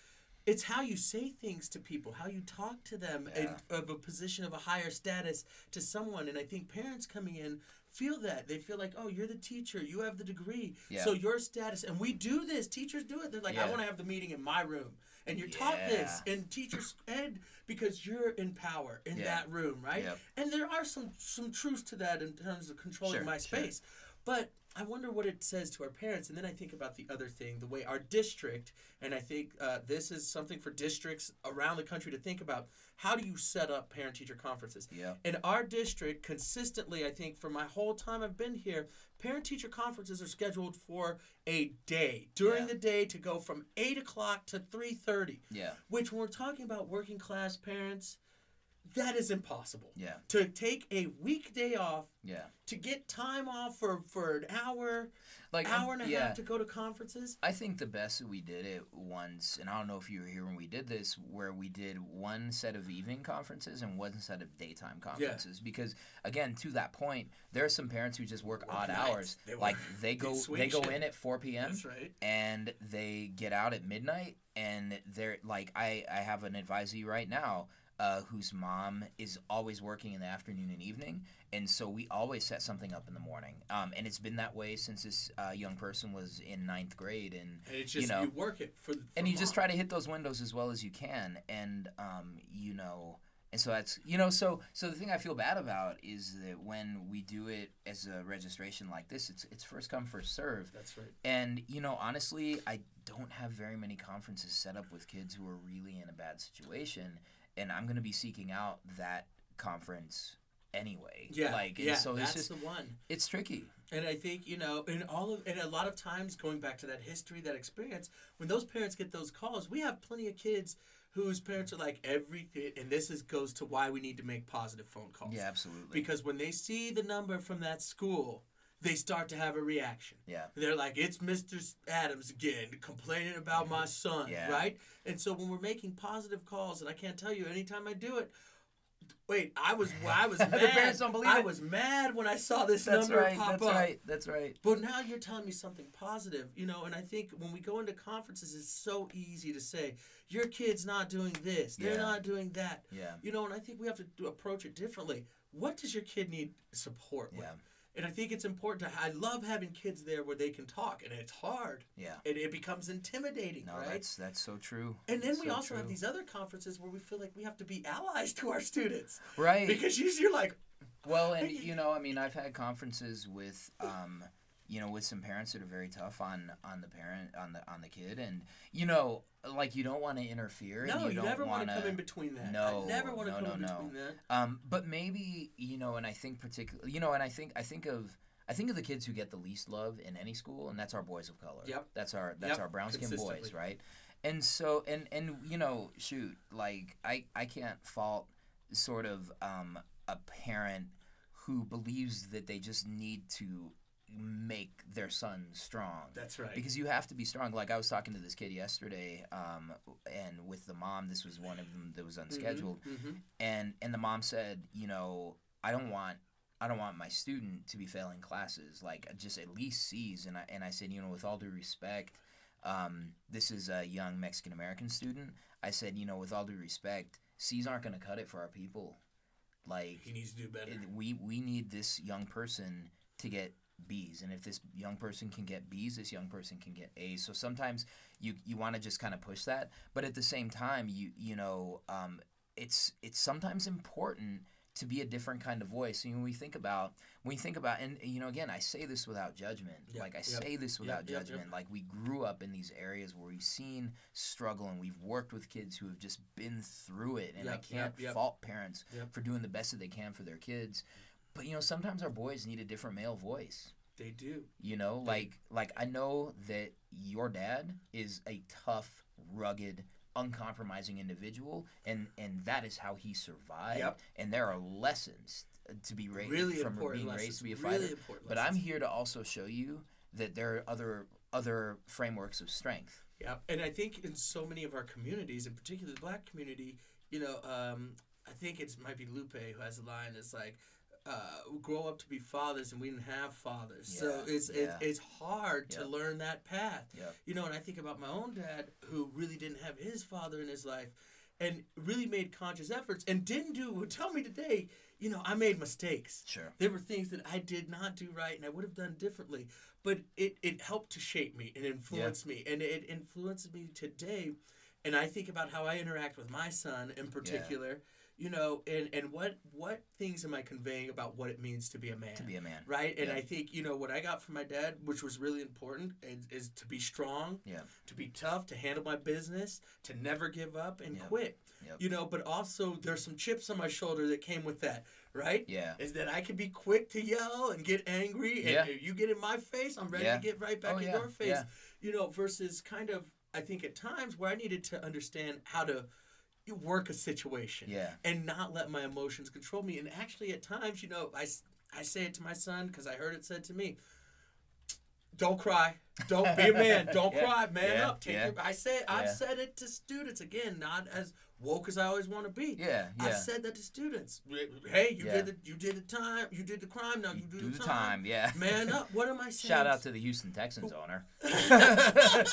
it's how you say things to people, how you talk to them in,
Yeah.
of a position of a higher status to someone. And I think parents coming in feel that. They feel like, oh, you're the teacher, you have the degree.
Yeah.
So your status, and we do this, teachers do it. They're like, I
Yeah.
want to have the meeting in my room. And you're taught this in teacher's ed because you're in power in
Yeah.
that room, right?
Yep.
And there are some, some truths to that in terms of controlling
Sure,
my
sure.
space. But I wonder what it says to our parents. And then I think about the other thing, the way our district, and I think uh, this is something for districts around the country to think about. How do you set up parent teacher conferences?
Yeah.
In our district, consistently, I think for my whole time I've been here, parent teacher conferences are scheduled for a day during
Yeah.
the day to go from eight o'clock to three thirty.
Yeah.
Which when we're talking about working class parents, that is impossible.
Yeah.
To take a weekday off
Yeah.
to get time off for, for an hour,
Like um,
hour and a
yeah.
half to go to conferences.
I think the best that we did it once, and I don't know if you were here when we did this, where we did one set of evening conferences and one set of daytime conferences. Because again, to that point, there are some parents who just work odd
nights.
hours.
They work-
like they go,
swing
they go
shift.
in at four p.m.
right.
and they get out at midnight and they're like i i have an advisee right now uh, whose mom is always working in the afternoon and evening and so we always set something up in the morning um, and it's been that way since this uh, young person was in ninth grade and
And it's
You
just you,
know.
work it for, for
and you just
mom.
try to hit those windows as well as you can and um, you know and so that's you know so so the thing i feel bad about is that when we do it as a registration like this it's it's first come first serve
That's right.
and you know, honestly, I don't have very many conferences set up with kids who are really in a bad situation, and I'm going to be seeking out that conference anyway.
Yeah.
like and
yeah.
so
that's
it's just
the one.
it's tricky.
And I think you know, in all of, and a lot of times going back to that history, that experience, when those parents get those calls, we have plenty of kids whose parents are like everything, and this is goes to why we need to make positive phone calls.
Yeah, absolutely.
Because when they see the number from that school, they start to have a reaction.
yeah,
They're like, it's Mr. Adams again complaining about my son,
Yeah.
right? And so when we're making positive calls, and I can't tell you, anytime I do it, Wait, I was I was
Their
mad.
parents don't believe
I
it.
was mad when I saw this
That's
number
right.
pop
That's
up.
right. That's right.
But now you're telling me something positive, you know, and I think when we go into conferences, it's so easy to say, your kid's not doing this, they're
Yeah.
not doing that,
Yeah.
you know, and I think we have to do, approach it differently. What does your kid need support with?
Yeah.
And I think it's important to, I love having kids there where they can talk, and it's hard,
Yeah.
and it becomes intimidating,
No,
right?
that's that's so true.
And then we
So
also have
true.
these other conferences where we feel like we have to be allies to our students.
right.
Because usually you're like,
Well, and you know, I mean, I've had conferences with, um, you know, with some parents that are very tough on on the parent on the on the kid, and you know, like you don't want to interfere.
no,
and you,
you,
don't
never want to
wanna-
come in between that.
No,
I never want to
no,
come
no,
in
no.
between that.
Um, but maybe you know, and I think particularly, you know, and I think I think of. I think of the kids who get the least love in any school, and that's our boys of color.
Yep.
That's our that's
Yep,
our brown skinned boys,
consistently.
right? And so and and you know, shoot, like I I can't fault sort of um, a parent who believes that they just need to make their son strong
That's right.
because you have to be strong. Like I was talking to this kid yesterday, um, and with the mom, this was one of them that
Mm-hmm.
was unscheduled, and and the mom said, you know, I don't want. I don't want my student to be failing classes. Like, just at least C's. And I and I said, you know, with all due respect, um, this is a young Mexican American student. I said, you know, with all due respect, C's aren't going to cut it for our people. Like,
He needs to do better.
it- we we need this young person to get B's, and if this young person can get B's, this young person can get A's. So sometimes you you want to just kind of push that, but at the same time, you you know, um, it's it's sometimes important to be a different kind of voice. And when we think about when you think about, and you know, again, I say this without judgment.
Yeah,
Like I
yeah,
say this without
yeah, yeah.
judgment. Like we grew up in these areas where we've seen struggle, and we've worked with kids who have just been through it, and I
Yep, yep,
can't
yep.
fault parents
Yep.
for doing the best that they can for their kids. But you know, sometimes our boys need a different male voice.
They do.
You know,
They-
like like I know that your dad is a tough, rugged, uncompromising individual, and and that is how he survived.
Yep.
And there are lessons to be raised
Really
from
important
being
lessons.
raised to be a fighter.
really important
but I'm
lessons.
here to also show you that there are other other frameworks of strength.
Yeah, and I think in so many of our communities, in particular the black community, you know, um, I think it's might be Lupe who has a line that's like, uh, "We grow up to be fathers, and we didn't have fathers." so
Yeah,
it's,
yeah.
it's it's hard to
Yep.
learn that path.
Yep.
You know, and I think about my own dad who really didn't have his father in his life. And really made conscious efforts and didn't do. Tell me today, you know, I made mistakes.
Sure.
There were things that I did not do right and I would have done differently, but it, it helped to shape me and influence me. And it influences me today. And I think about how I interact with my son in particular, you know, and, and what, what things am I conveying about what it means to be a man?
To be a man.
Right, and
Yeah.
I think you know what I got from my dad, which was really important, is, is to be strong,
Yeah.
to be tough, to handle my business, to never give up and
Yep.
quit.
Yep.
You know, but also there's some chips on my shoulder that came with that, right?
Yeah.
is that I can be quick to yell and get angry, and
Yeah.
if you get in my face, I'm ready
Yeah.
to get right back
Oh,
in
yeah,
your face.
yeah.
You know, versus kind of I think at times where I needed to understand how to work a situation
Yeah.
and not let my emotions control me. And actually, at times, you know, I s- I say it to my son because I heard it said to me. Don't cry. Don't be a man. Don't
Yeah.
cry. Man
Yeah.
up. Take
Yeah.
your. I say. I've
Yeah.
said it to students again. Not as woke as I always want to be.
Yeah.
I
Yeah.
said that to students. Hey, you
Yeah.
did the you did the time, you did the crime. Now you, do,
Do the time. Yeah.
Man up! What am I saying?
Shout out to the Houston Texans owner.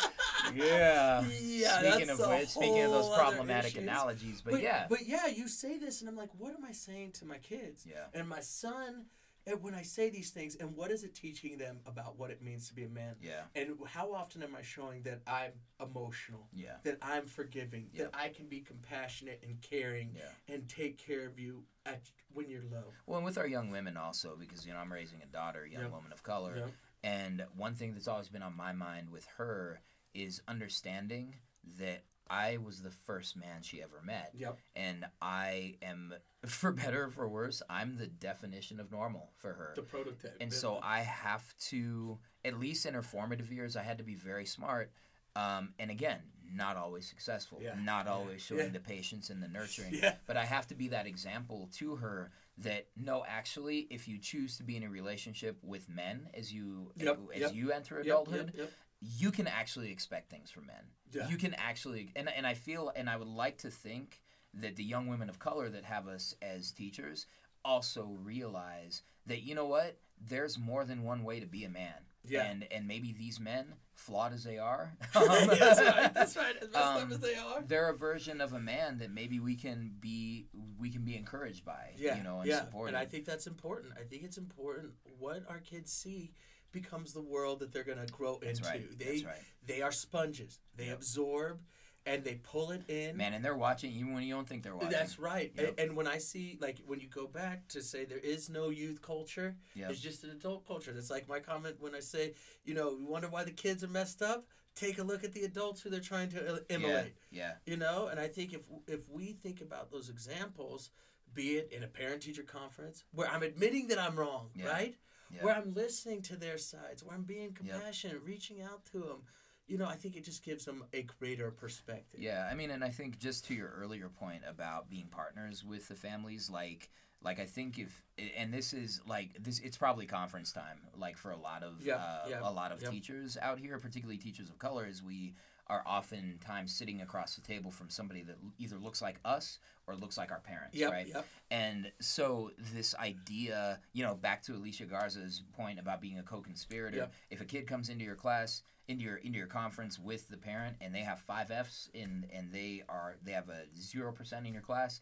yeah.
Yeah,
Speaking
that's
of
a
which, speaking of those
whole other
problematic
issues.
analogies, but, yeah,
but yeah, you say this, and I'm like, what am I saying to my kids?
Yeah.
and my son, and when I say these things, and what is it teaching them about what it means to be a man?
yeah,
And how often am I showing that I'm emotional,
yeah,
that I'm forgiving,
Yeah.
that I can be compassionate and caring,
yeah.
and take care of you at when you're low?
Well, and with our young women also, because you know I'm raising a daughter, a young
Yep.
woman of color,
Yeah.
and one thing that's always been on my mind with her is understanding that I was the first man she ever met,
Yep.
and I am, for better or for worse, I'm the definition of normal for her.
The prototype.
and so I have to, at least in her formative years, I had to be very smart. Um, and again, not always successful,
Yeah.
not
Yeah.
always showing
Yeah.
the patience and the nurturing.
Yeah.
But I have to be that example to her that no, actually, if you choose to be in a relationship with men as you
Yep,
as
yep.
you enter
Yep,
adulthood,
yep, yep.
you can actually expect things from men.
Yeah.
You can actually, and and I feel, and I would like to think that the young women of color that have us as teachers also realize that you know what there's more than one way to be a man
Yeah.
and and maybe these men flawed as they are
Yeah, that's right. That's right. As messed up
um,
as they are.
they're a version of a man that maybe we can be we can be encouraged by
Yeah.
you know and
yeah.
supported
And I think that's important. I think it's important what our kids see becomes the world that they're gonna grow
that's
into.
right
They
that's right
they are sponges. They
Yep.
absorb and they pull it in.
man and they're watching even when you don't think they're watching
That's right. A-
Yep.
And, when I see, like, when you go back to say there is no youth culture,
Yep.
it's just an adult culture. That's like my comment when I say, you know, you wonder why the kids are messed up? Take a look at the adults who they're trying to uh,
yeah
emulate.
yeah
You know, and I think if if we think about those examples, be it in a parent teacher conference where I'm admitting that I'm wrong,
Yeah.
right?
Yeah.
Where I'm listening to their sides, where I'm being compassionate, reaching out to them. You know, I think it just gives them a greater perspective.
Yeah, I mean, and I think just to your earlier point about being partners with the families, like, like I think if, and this is like this, it's probably conference time, like for a lot of
Yeah,
uh,
yeah,
a lot of
yeah.
teachers out here, particularly teachers of color, is we are oftentimes sitting across the table from somebody that l- either looks like us or looks like our parents,
Yep,
right?
yep.
And so this idea, you know, back to Alicia Garza's point about being a co-conspirator.
Yep.
If a kid comes into your class, into your into your conference with the parent, and they have five Fs, and and they are they have a zero percent in your class,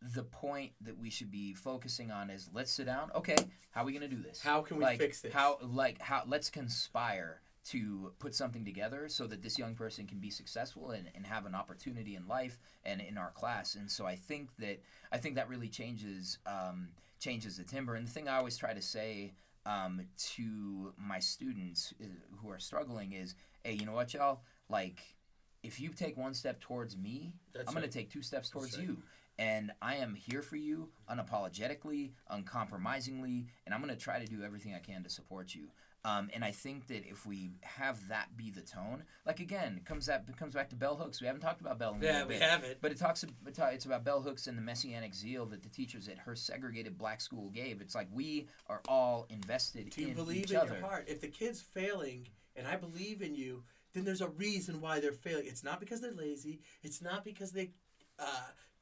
the point that we should be focusing on is let's sit down. Okay, how are we gonna do this?
How can we
like,
fix this?
How like how let's conspire to put something together so that this young person can be successful and, and have an opportunity in life and in our class. And so I think that I think that really changes um, changes the timber. And the thing I always try to say um, to my students uh, who are struggling is, hey, you know what, y'all? Like, if you take one step towards me,
That's
I'm going
right.
to take two steps towards
right.
you. And I am here for you unapologetically, uncompromisingly, and I'm going to try to do everything I can to support you. Um, and I think that if we have that be the tone, like again, comes that comes back to bell hooks. We haven't talked about bell. In a
Yeah,
little
we
bit.
have it.
But it talks. it ta- It's about bell hooks and the messianic zeal that the teachers at her segregated black school gave. It's like we are all invested
Do you
in
believe
each
in
other.
your heart? If the kid's failing and I believe in you, then there's a reason why they're failing. It's not because they're lazy. It's not because they uh,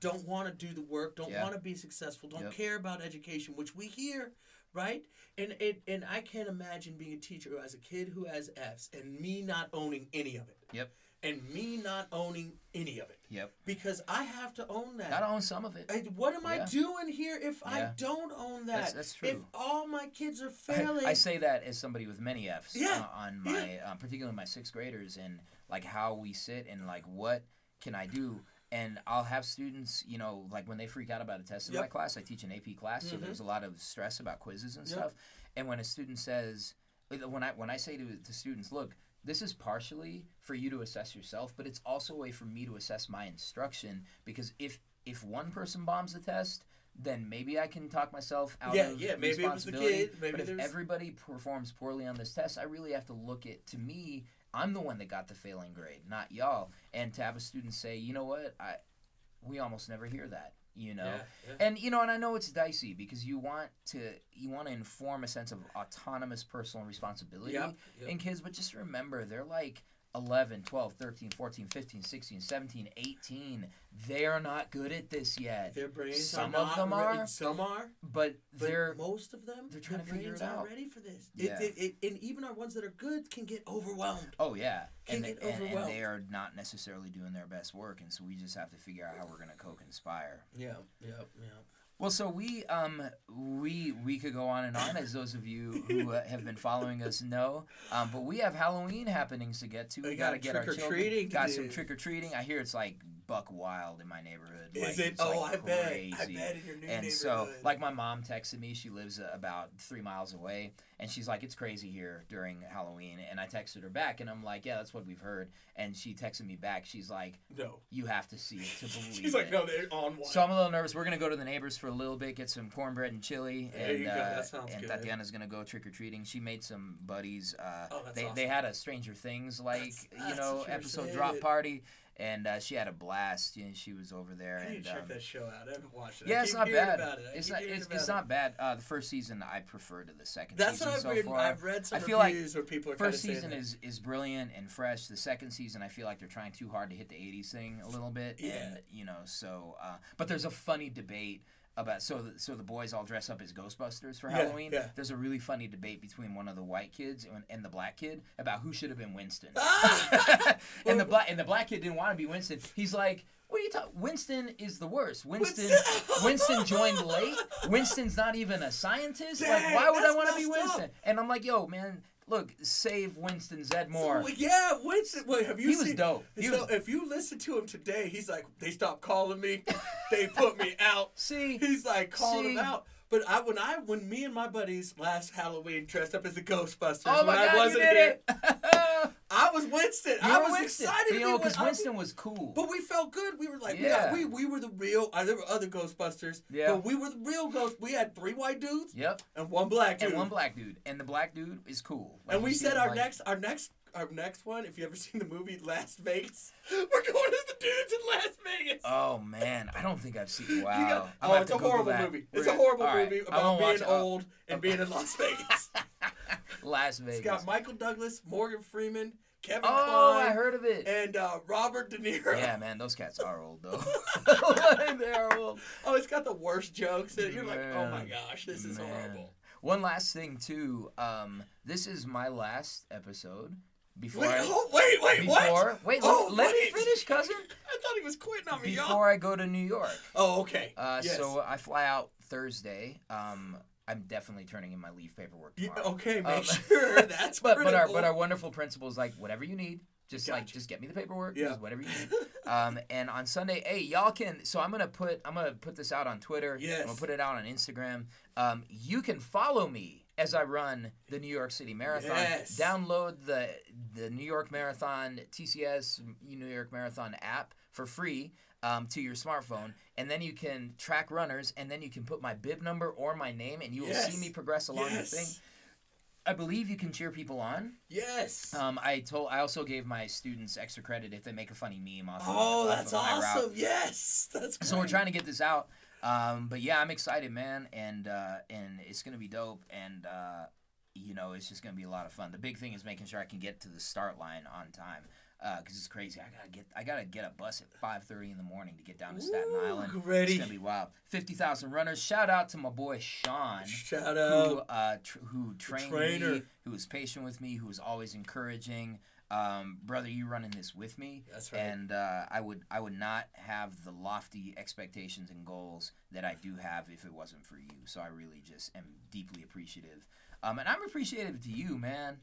don't want to do the work, don't
Yeah.
want to be successful, don't
Yep.
care about education, which we hear, right? And it and I can't imagine being a teacher who has a kid who has Fs and me not owning any of it.
Yep.
And me not owning any of it
Yep.
because I have to own that.
Gotta own some of it.
I- what am I
Yeah.
doing here if I
Yeah.
don't own that?
That's- that's
If
true.
all my kids are
I,
failing,
I say that as somebody with many Fs
Yeah,
uh, on my, um, particularly my sixth graders, and like how we sit and like what can I do. And I'll have students, you know, like when they freak out about a test in my
Yep.
class, I teach an AP class, so
Mhm.
there's a lot of stress about quizzes and
Yep.
stuff. And when a student says, uh, when I when I say to, to students, look, this is partially for you to assess yourself, but it's also a way for me to assess my instruction because if if one person bombs the test, then maybe I can talk myself out
Yeah,
of
yeah, maybe it was the
responsibility.
kid, maybe
but if
there was-
everybody performs poorly on this test, I really have to look at to me. I'm the one that got the failing grade, not y'all. And to have a student say, you know what, I we almost never hear that. You know,
Yeah, yeah.
and you know, and I know it's dicey because you want to you want to inform a sense of autonomous personal responsibility
Yep, yep.
in kids, but just remember they're like 11, 12, 13, 14, 15, 16, 17, 18. They're not good at this yet.
Their brains
Some
are
of
not
them
ready-
are,
Some are.
but
But
they're
most of them.
they're trying
their
to figure
brains
it
aren't
out.
ready for this.
Yeah.
It, it, it, and even our ones that are good can get overwhelmed.
Oh yeah,
Can
and,
get
and, and
overwhelmed.
they are not necessarily doing their best work, and so we just have to figure out how we're going to co-conspire.
Yeah, yeah, yeah.
Well, so we um we we could go on and on, as those of you who uh, have been following us know. Um, but we have Halloween happenings to get to.
We
We got
got
to get our children.
trick-or-treating to
Got
do.
some trick or treating. I hear it's like buck wild in my neighborhood. Like,
Is it?
it's,
Oh,
like,
I bet.
crazy.
I bet in your new
And
neighborhood.
so, like, my mom texted me. She lives uh, about three miles away, and she's like, "It's crazy here during Halloween." And I texted her back, and I'm like, "Yeah, that's what we've heard." And she texted me back. She's like,
no.
"You have to see it to believe."
She's like,
it."
no, they're on one.
So I'm a little nervous. We're gonna go to the neighbors for a little bit, get some cornbread and chili,
There
and
you go.
Uh,
That sounds
and
good.
Tatiana's gonna go trick or treating. She made some buddies. Uh,
Oh, that's
they
awesome.
they had a Stranger Things like
That's-
you
that's
know
what you were
episode
saying.
drop party, and uh, she had a blast. You know, she was over there.
I need
and,
to check
um,
that show out. I haven't watched it. I
yeah, it's
keep
not
hearing
bad.
about it. I
It's
keep
not.
hearing
It's,
about
it's
it.
not bad. Uh, the first season I prefer to the second
That's
season
what I've
so
read.
far.
I've read some
I feel like
reviews where people are kind of
First
saying
season
that.
is is brilliant and fresh. The second season, I feel like they're trying too hard to hit the '80s thing a little bit.
Yeah.
And, you know, so uh, but there's a funny debate about so the, so the boys all dress up as Ghostbusters for
Yeah,
Halloween.
yeah.
There's a really funny debate between one of the white kids and, and the black kid about who should have been Winston.
Ah!
and the black and the black kid didn't want to be Winston. He's like. What are you talking? Winston is the worst. Winston,
Winston-
Winston joined late. Winston's not even a scientist. like,
Dang,
why would I
that's
want to be
messed up.
Winston? And I'm like, yo, man, look, save Winston Zedmore.
Well, yeah, Winston. Wait, have you
he
seen?
was dope. He
so
was,
if you listen to him today, he's like, they stopped calling me, they put me out.
see,
He's like calling
See?
him out. But I when I when me and my buddies last Halloween dressed up as the Ghostbusters
oh
when
my
I
god,
wasn't
you did
here,
it.
I was Winston.
You
I
were
was
Winston.
excited
you
to
know,
be Win- I-
Winston was cool.
But we felt good. We were like,
Yeah.
yeah, we, we were the real. Uh, there were other Ghostbusters,
Yeah.
but we were the real ghost. We had three white dudes
yep,
and one black dude.
and one black dude, and the black dude is cool. Like,
And we
you see
said
him,
our
like-
next, our next, our next one. If you ever seen the movie Las Vegas, we're going as the dudes in Las Vegas.
Oh man, I don't think I've seen. Wow,
You
I'm
got-
gonna
oh,
have
it's
to
a
Google
horrible
that.
movie.
We're
It's a
gonna-
horrible
all right,
movie
I
about
won't watch
being
it.
old and
oh.
being in Las Vegas.
Las Vegas.
it's got Michael Douglas, Morgan Freeman, Kevin
oh, I
Kline,
heard of it.
and uh, Robert De Niro.
Yeah, man, those cats are old though. they are old.
Oh, it's got the worst jokes in it. You're like, oh my
Man.
gosh, this is
Man.
horrible.
One last thing too. Um, this is my last episode before.
Wait,
I,
oh, wait, wait, what?
before wait,
Oh,
let, let me
wait.
finish, cousin.
I thought he was quitting on me, y'all.
Before I go to New York,
Oh, okay.
uh,
yes.
so I fly out Thursday. Um, I'm definitely turning in my leave paperwork
Yeah,
tomorrow.
okay, make
Um,
sure that's
but but our
critical.
but our wonderful principal is like, whatever you need, just like
Gotcha.
just get me the paperwork,
Yeah.
just whatever you need. um, and on Sunday, hey, y'all can. So I'm gonna put I'm gonna put this out on Twitter.
Yes.
I'm gonna put it out on Instagram. Um, you can follow me as I run the New York City Marathon.
Yes.
Download the the New York Marathon TCS New York Marathon app for free. Um, to your smartphone, and then you can track runners, and then you can put my bib number or my name, and you will see
Yes.
me progress along
yes.
the thing. I believe you can cheer people on.
Yes.
Um, I told. I also gave my students extra credit if they make a funny meme off.
oh,
of, off
that's
of my route.
awesome. Yes, that's great.
So we're trying to get this out. Um, but yeah, I'm excited, man, and uh, and it's gonna be dope, and uh, you know, it's just gonna be a lot of fun. The big thing is making sure I can get to the start line on time, Uh 'cause it's crazy. I gotta get. I gotta get a bus at 5:30 in the morning to get down to Staten
Ooh,
Island. It's
ready.
gonna be wild. Fifty thousand runners. Shout out to my boy Sean
Shout
who
out.
uh, tr- who trained me,
trainer.
who was patient with me, who was always encouraging. Um, brother, you running this with me,
That's
and uh, I would I would not have the lofty expectations and goals that I do have if it wasn't for you. So I really just am deeply appreciative, um, and I'm appreciative to you, man.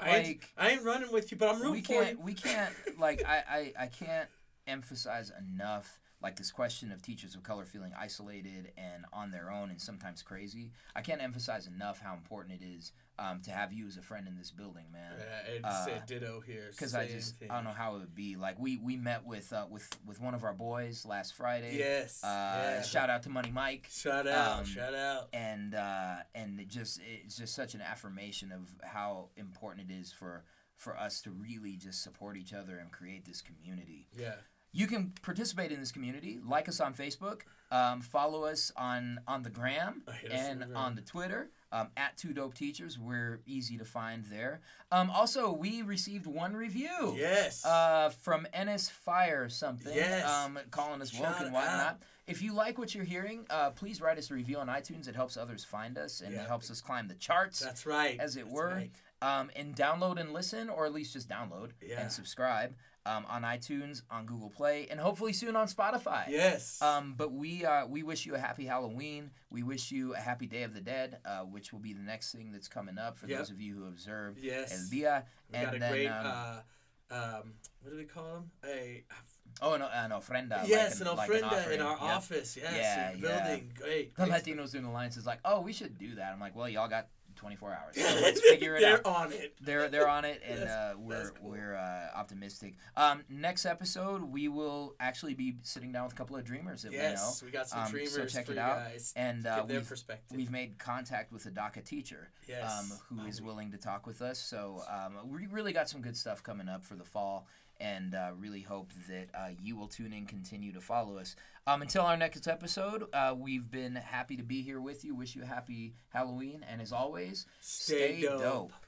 I, ain't,
like-
I ain't running with you, but I'm
we
rooting for
can't
you.
we can't like I, I I can't emphasize enough like this question of teachers of color feeling isolated and on their own and sometimes crazy. I can't emphasize enough how important it is um, to have you as a friend in this building, man.
Yeah, I'd
Uh,
say ditto here.
Because I
Same
just
thing.
I don't know how it would be. Like we we met with uh, with with one of our boys last Friday.
Yes.
Uh,
yeah.
Shout out to Money Mike
Shout out.
um,
shout out.
and uh, and it just it's just such an affirmation of how important it is for for us to really just support each other and create this community.
Yeah.
You can participate in this community. Like us on Facebook. Um, follow us on on the gram
Oh, hit us
and
on the gram.
on the Twitter. Um, at two dope teachers, we're easy to find there. Um, also, we received one review
Yes.
uh, from Ennis Fire something.
Yes.
Um, calling us woke
Shout
and whatnot.
out.
If you like what you're hearing, uh, please write us a review on iTunes. It helps others find us and
Yeah.
helps us climb the charts,
that's right.
as it
That's
were.
right.
Um, and download and listen, or at least just download
Yeah.
and subscribe um, on iTunes, on Google Play, and hopefully soon on Spotify.
Yes.
Um, but we uh, we wish you a happy Halloween. We wish you a happy Day of the Dead, uh, which will be the next thing that's coming up for
Yep.
those of you who observe
yes.
El Dia.
we
and
got a
then,
great.
um,
uh, um, what do we call them? A
Oh, no, an ofrenda. like
yes, an
like
ofrenda in
offering.
our
Yep.
office. Yes,
Yeah,
in the
yeah.
building. Great.
The
great.
Latino Student Alliance is like, oh, we should do that. I'm like, well, y'all got 24 hours. So let's figure it
They're
out.
on it.
They're they're on it, and
That's-
uh, we're
that's cool.
we're uh, optimistic. Um, next episode, we will actually be sitting down with a couple of dreamers that
Yes, we got some
um, so
dreamers
check
for
it
you
out.
guys.
we know, and uh,
Get their
we've,
perspective.
we've made contact with a DACA teacher
yes.
um, who
Oh,
is willing to talk with us. So um, we really got some good stuff coming up for the fall, and uh, really hope that uh, you will tune in, continue to follow us. Um, until our next episode, uh, we've been happy to be here with you. Wish you a happy Halloween, and as always,
Stay dope.